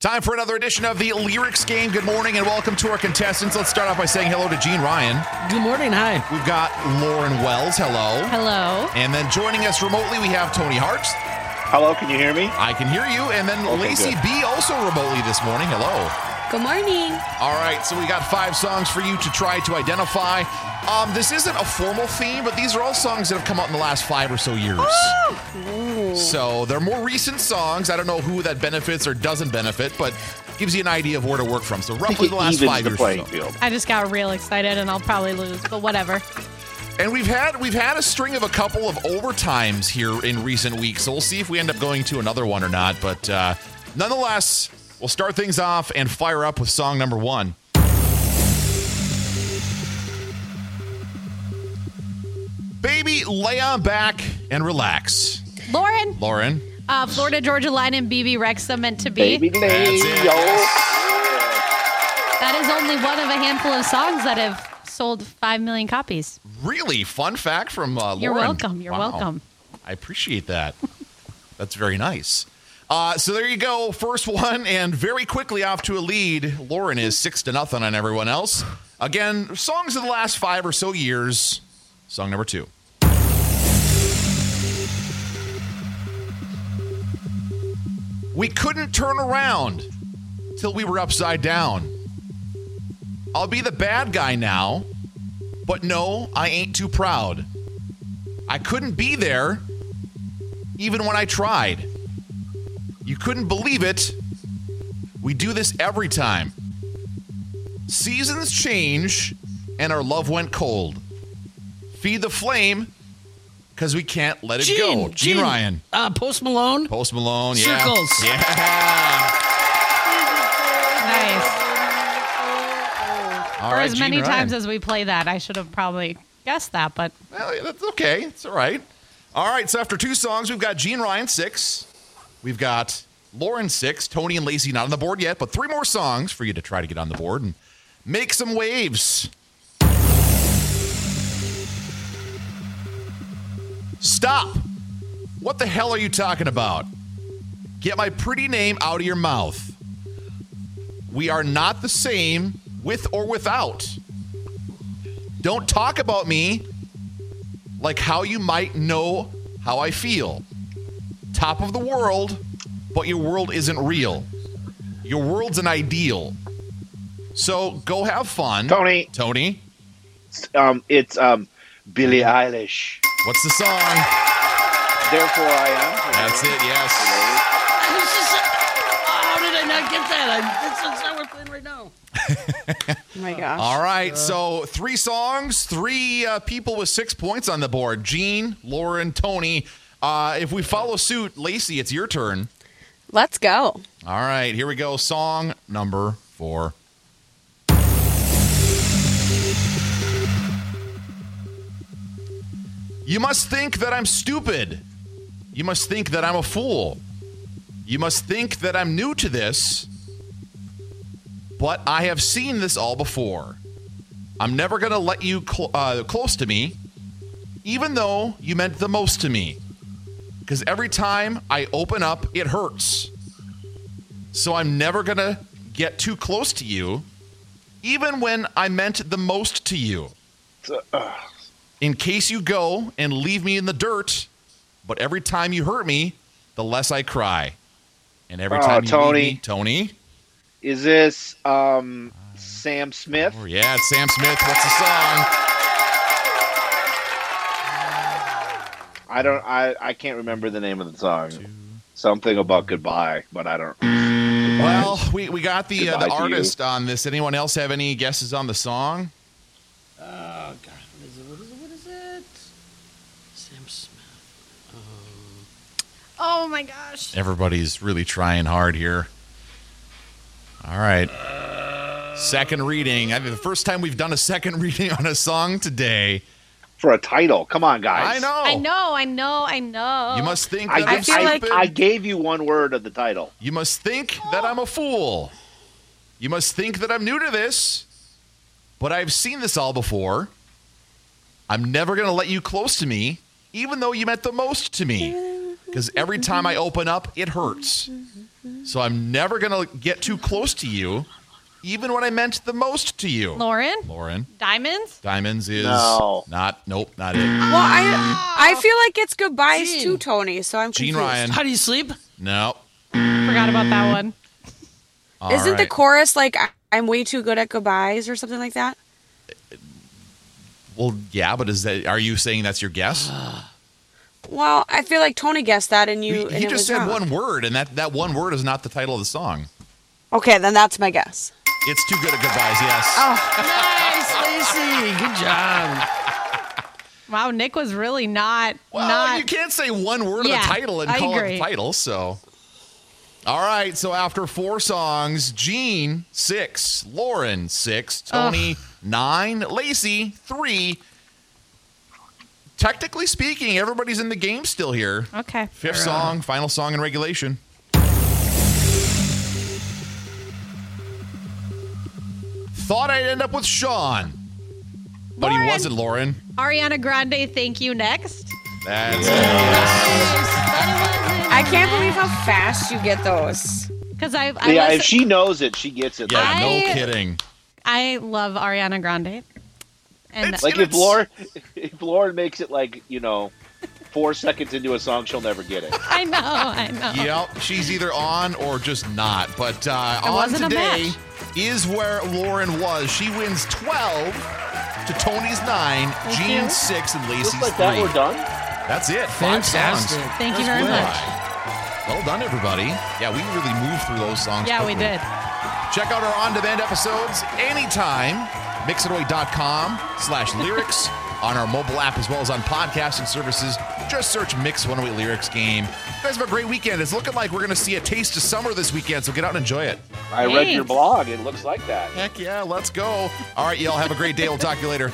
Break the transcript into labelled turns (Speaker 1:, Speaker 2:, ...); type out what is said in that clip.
Speaker 1: Time for another edition of the Lyrics Game. Good morning and welcome to our contestants. Let's start off by saying hello to Gene Ryan.
Speaker 2: Good morning. Hi.
Speaker 1: We've got Lauren Wells. Hello.
Speaker 3: Hello.
Speaker 1: And then joining us remotely, we have Tony Hartz.
Speaker 4: Hello, can you hear me?
Speaker 1: I can hear you. And then
Speaker 4: Okay,
Speaker 1: Lacey
Speaker 4: good.
Speaker 1: B also remotely this morning. Hello.
Speaker 3: Good morning.
Speaker 1: All right, so we got five songs for you to try to identify. Um, this isn't a formal theme, but these are all songs that have come out in the last five or so years. So they're more recent songs. I don't know who that benefits or doesn't benefit, but gives you an idea of where to work from. So
Speaker 4: I think
Speaker 1: roughly
Speaker 4: it
Speaker 1: the last
Speaker 4: evens
Speaker 1: five
Speaker 4: the
Speaker 1: years. or
Speaker 4: playing
Speaker 1: so.
Speaker 4: field.
Speaker 3: I just got real excited and I'll probably lose, but whatever.
Speaker 1: And we've had we've had a string of a couple of overtimes here in recent weeks. So we'll see if we end up going to another one or not. But uh, nonetheless, we'll start things off and fire up with song number one. Baby, lay on back and relax.
Speaker 3: Lauren,
Speaker 1: Lauren,
Speaker 3: uh, Florida Georgia Line and BB Rex are meant to be.
Speaker 4: Baby lay,
Speaker 1: That's it.
Speaker 4: yo.
Speaker 3: That is only one of a handful of songs that have sold 5 million copies.
Speaker 1: really fun fact from uh, Lauren.
Speaker 3: You're welcome. You're
Speaker 1: Wow.
Speaker 3: welcome.
Speaker 1: I appreciate that. That's very nice. Uh, so there you go. First one, and very quickly off to a lead. Lauren is six to nothing on everyone else. Again, songs of the last five or so years. Song number two. We couldn't turn around till we were upside down. I'll be the bad guy now, but no, I ain't too proud. I couldn't be there even when I tried. You couldn't believe it. We do this every time. Seasons change and our love went cold. Feed the flame because we can't let it go. Gene, Ryan.
Speaker 2: Uh, Post Malone.
Speaker 1: Post Malone. Yeah.
Speaker 2: Circles.
Speaker 1: Yeah.
Speaker 3: Nice.
Speaker 1: All
Speaker 3: Or
Speaker 1: right,
Speaker 3: as many
Speaker 1: Gene
Speaker 3: times
Speaker 1: Ryan.
Speaker 3: as we play that, I should have probably guessed that, but
Speaker 1: Well, yeah, that's okay. It's all right. All right. So after two songs, we've got Gene Ryan six. We've got Lauren six. Tony and Lacey not on the board yet, but three more songs for you to try to get on the board and make some waves. Stop. What the hell are you talking about? Get my pretty name out of your mouth. We are not the same with or without. Don't talk about me like how you might know how I feel. Top of the world, but your world isn't real. Your world's an ideal. So go have fun.
Speaker 4: Tony,
Speaker 1: Tony,
Speaker 4: um, it's um, Billie
Speaker 1: Mm-hmm.
Speaker 4: Eilish.
Speaker 1: what's the song?
Speaker 4: Therefore, I am.
Speaker 1: That's it, yes.
Speaker 2: I was just, Oh, how did I not get that? I, that's, that's not what we're playing right now.
Speaker 5: Oh my gosh.
Speaker 1: All right, so three songs, three uh, people with six points on the board Gene, Lauren, Tony. Uh, if we follow suit, Lacey, it's your turn.
Speaker 5: Let's go.
Speaker 1: All right, here we go. Song number four. You must think that I'm stupid. You must think that I'm a fool. You must think that I'm new to this. But I have seen this all before. I'm never going to let you cl- uh, close to me, even though you meant the most to me. Because every time I open up, it hurts. So I'm never going to get too close to you, even when I meant the most to you. In case you go and leave me in the dirt, but every time you hurt me, the less I cry. And every
Speaker 4: Oh,
Speaker 1: time you
Speaker 4: Tony.
Speaker 1: leave me, Tony.
Speaker 4: Is this um, Sam Smith?
Speaker 1: Oh, yeah, it's Sam Smith. What's the song?
Speaker 4: I don't. I, I can't remember the name of the song. Something about goodbye, but I don't.
Speaker 1: Well, we, we got the, uh,
Speaker 4: Goodbye
Speaker 1: the
Speaker 4: to you.
Speaker 1: artist on this. Anyone else have any guesses on the song?
Speaker 2: Oh, God. What is it? What is it? What is it? Sam Smith.
Speaker 3: oh my gosh.
Speaker 1: Everybody's really trying hard here. All right. Second reading. I mean, the first time we've done a second reading on a song today.
Speaker 4: For a title, come on, guys.
Speaker 1: I know.
Speaker 3: I know, I know, I know.
Speaker 1: Oh. You must think
Speaker 4: I,
Speaker 1: that I,
Speaker 4: I,
Speaker 1: am
Speaker 5: feel like
Speaker 1: stupid.
Speaker 4: I gave you one word of the title.
Speaker 1: You must think that I'm a fool. You must think that I'm new to this, but I've seen this all before. I'm never going to let you close to me, even though you meant the most to me. Because every time I open up, it hurts. So I'm never going to get too close to you, even when I meant the most to you.
Speaker 3: Lauren?
Speaker 1: Lauren.
Speaker 3: Diamonds?
Speaker 1: Diamonds is
Speaker 4: No.
Speaker 1: not, nope, not it.
Speaker 5: Well, I I feel like it's goodbyes
Speaker 2: Gene.
Speaker 5: too, Tony. So I'm
Speaker 1: Gene
Speaker 5: confused.
Speaker 1: Ryan.
Speaker 2: How do you sleep?
Speaker 1: No.
Speaker 3: Forgot about that one.
Speaker 1: All
Speaker 5: Isn't the
Speaker 1: right.
Speaker 5: chorus like I- I'm way too good at goodbyes or something like that?
Speaker 1: Well, yeah, but is that, are you saying that's your guess?
Speaker 5: Well, I feel like Tony guessed that, and you.
Speaker 1: He-
Speaker 5: and
Speaker 1: he
Speaker 5: it
Speaker 1: just
Speaker 5: was
Speaker 1: said
Speaker 5: wrong.
Speaker 1: one word, and that, that one word is not the title of the song.
Speaker 5: Okay, then that's my guess.
Speaker 1: It's too good at goodbyes, yes.
Speaker 2: nice, Lacey.
Speaker 5: Oh,
Speaker 2: Good job.
Speaker 3: Wow, Nick was really not
Speaker 1: Well,
Speaker 3: not
Speaker 1: you can't say one word
Speaker 3: Yeah,
Speaker 1: of the title and
Speaker 3: I
Speaker 1: call it
Speaker 3: agree.
Speaker 1: the title. So, all right. So after four songs, Gene six, Lauren six, Tony nine, Lacey three. Technically speaking, everybody's in the game still here.
Speaker 3: Okay.
Speaker 1: Fifth song, final song in regulation. Thought I'd end up with Sean, but
Speaker 3: Lauren.
Speaker 1: he wasn't. Lauren.
Speaker 3: Ariana Grande, thank you next.
Speaker 1: That's
Speaker 5: I can't believe how fast you get those.
Speaker 3: Because I I,
Speaker 4: Yeah,
Speaker 3: listen-
Speaker 4: if she knows it, she gets it.
Speaker 1: yeah.
Speaker 3: I-
Speaker 1: No kidding.
Speaker 3: I love Ariana Grande. And
Speaker 1: It's-
Speaker 4: Like if
Speaker 1: It's-
Speaker 4: Lauren, if Lauren makes it like you know, four seconds into a song, she'll never get it.
Speaker 3: I know, I know.
Speaker 1: Yep, she's either on or just not. But uh,
Speaker 3: It
Speaker 1: on
Speaker 3: wasn't a
Speaker 1: today
Speaker 3: match.
Speaker 1: is where Lauren was. She wins 12 to Tony's 9,
Speaker 3: you.
Speaker 1: Gene's 6, and Lacey's
Speaker 4: Just like
Speaker 1: 3.
Speaker 4: that, we're done.
Speaker 1: That's it. Five
Speaker 2: Fantastic.
Speaker 1: songs.
Speaker 3: Thank you
Speaker 2: That's
Speaker 3: very
Speaker 2: good.
Speaker 3: much.
Speaker 1: Well done, everybody. Yeah, we really moved through those songs.
Speaker 3: Yeah, we
Speaker 1: quickly.
Speaker 3: did.
Speaker 1: Check out our on-demand episodes anytime. Mixaway.com slash lyrics on our mobile app as well as on podcasting services. Just search Mix 108 Lyrics Game. You guys have a great weekend. It's looking like we're going to see a taste of summer this weekend, so get out and enjoy it.
Speaker 4: I read your
Speaker 3: Thanks.
Speaker 4: blog. It looks like that.
Speaker 1: Heck yeah, let's go. All right, y'all have a great day. We'll talk to you later.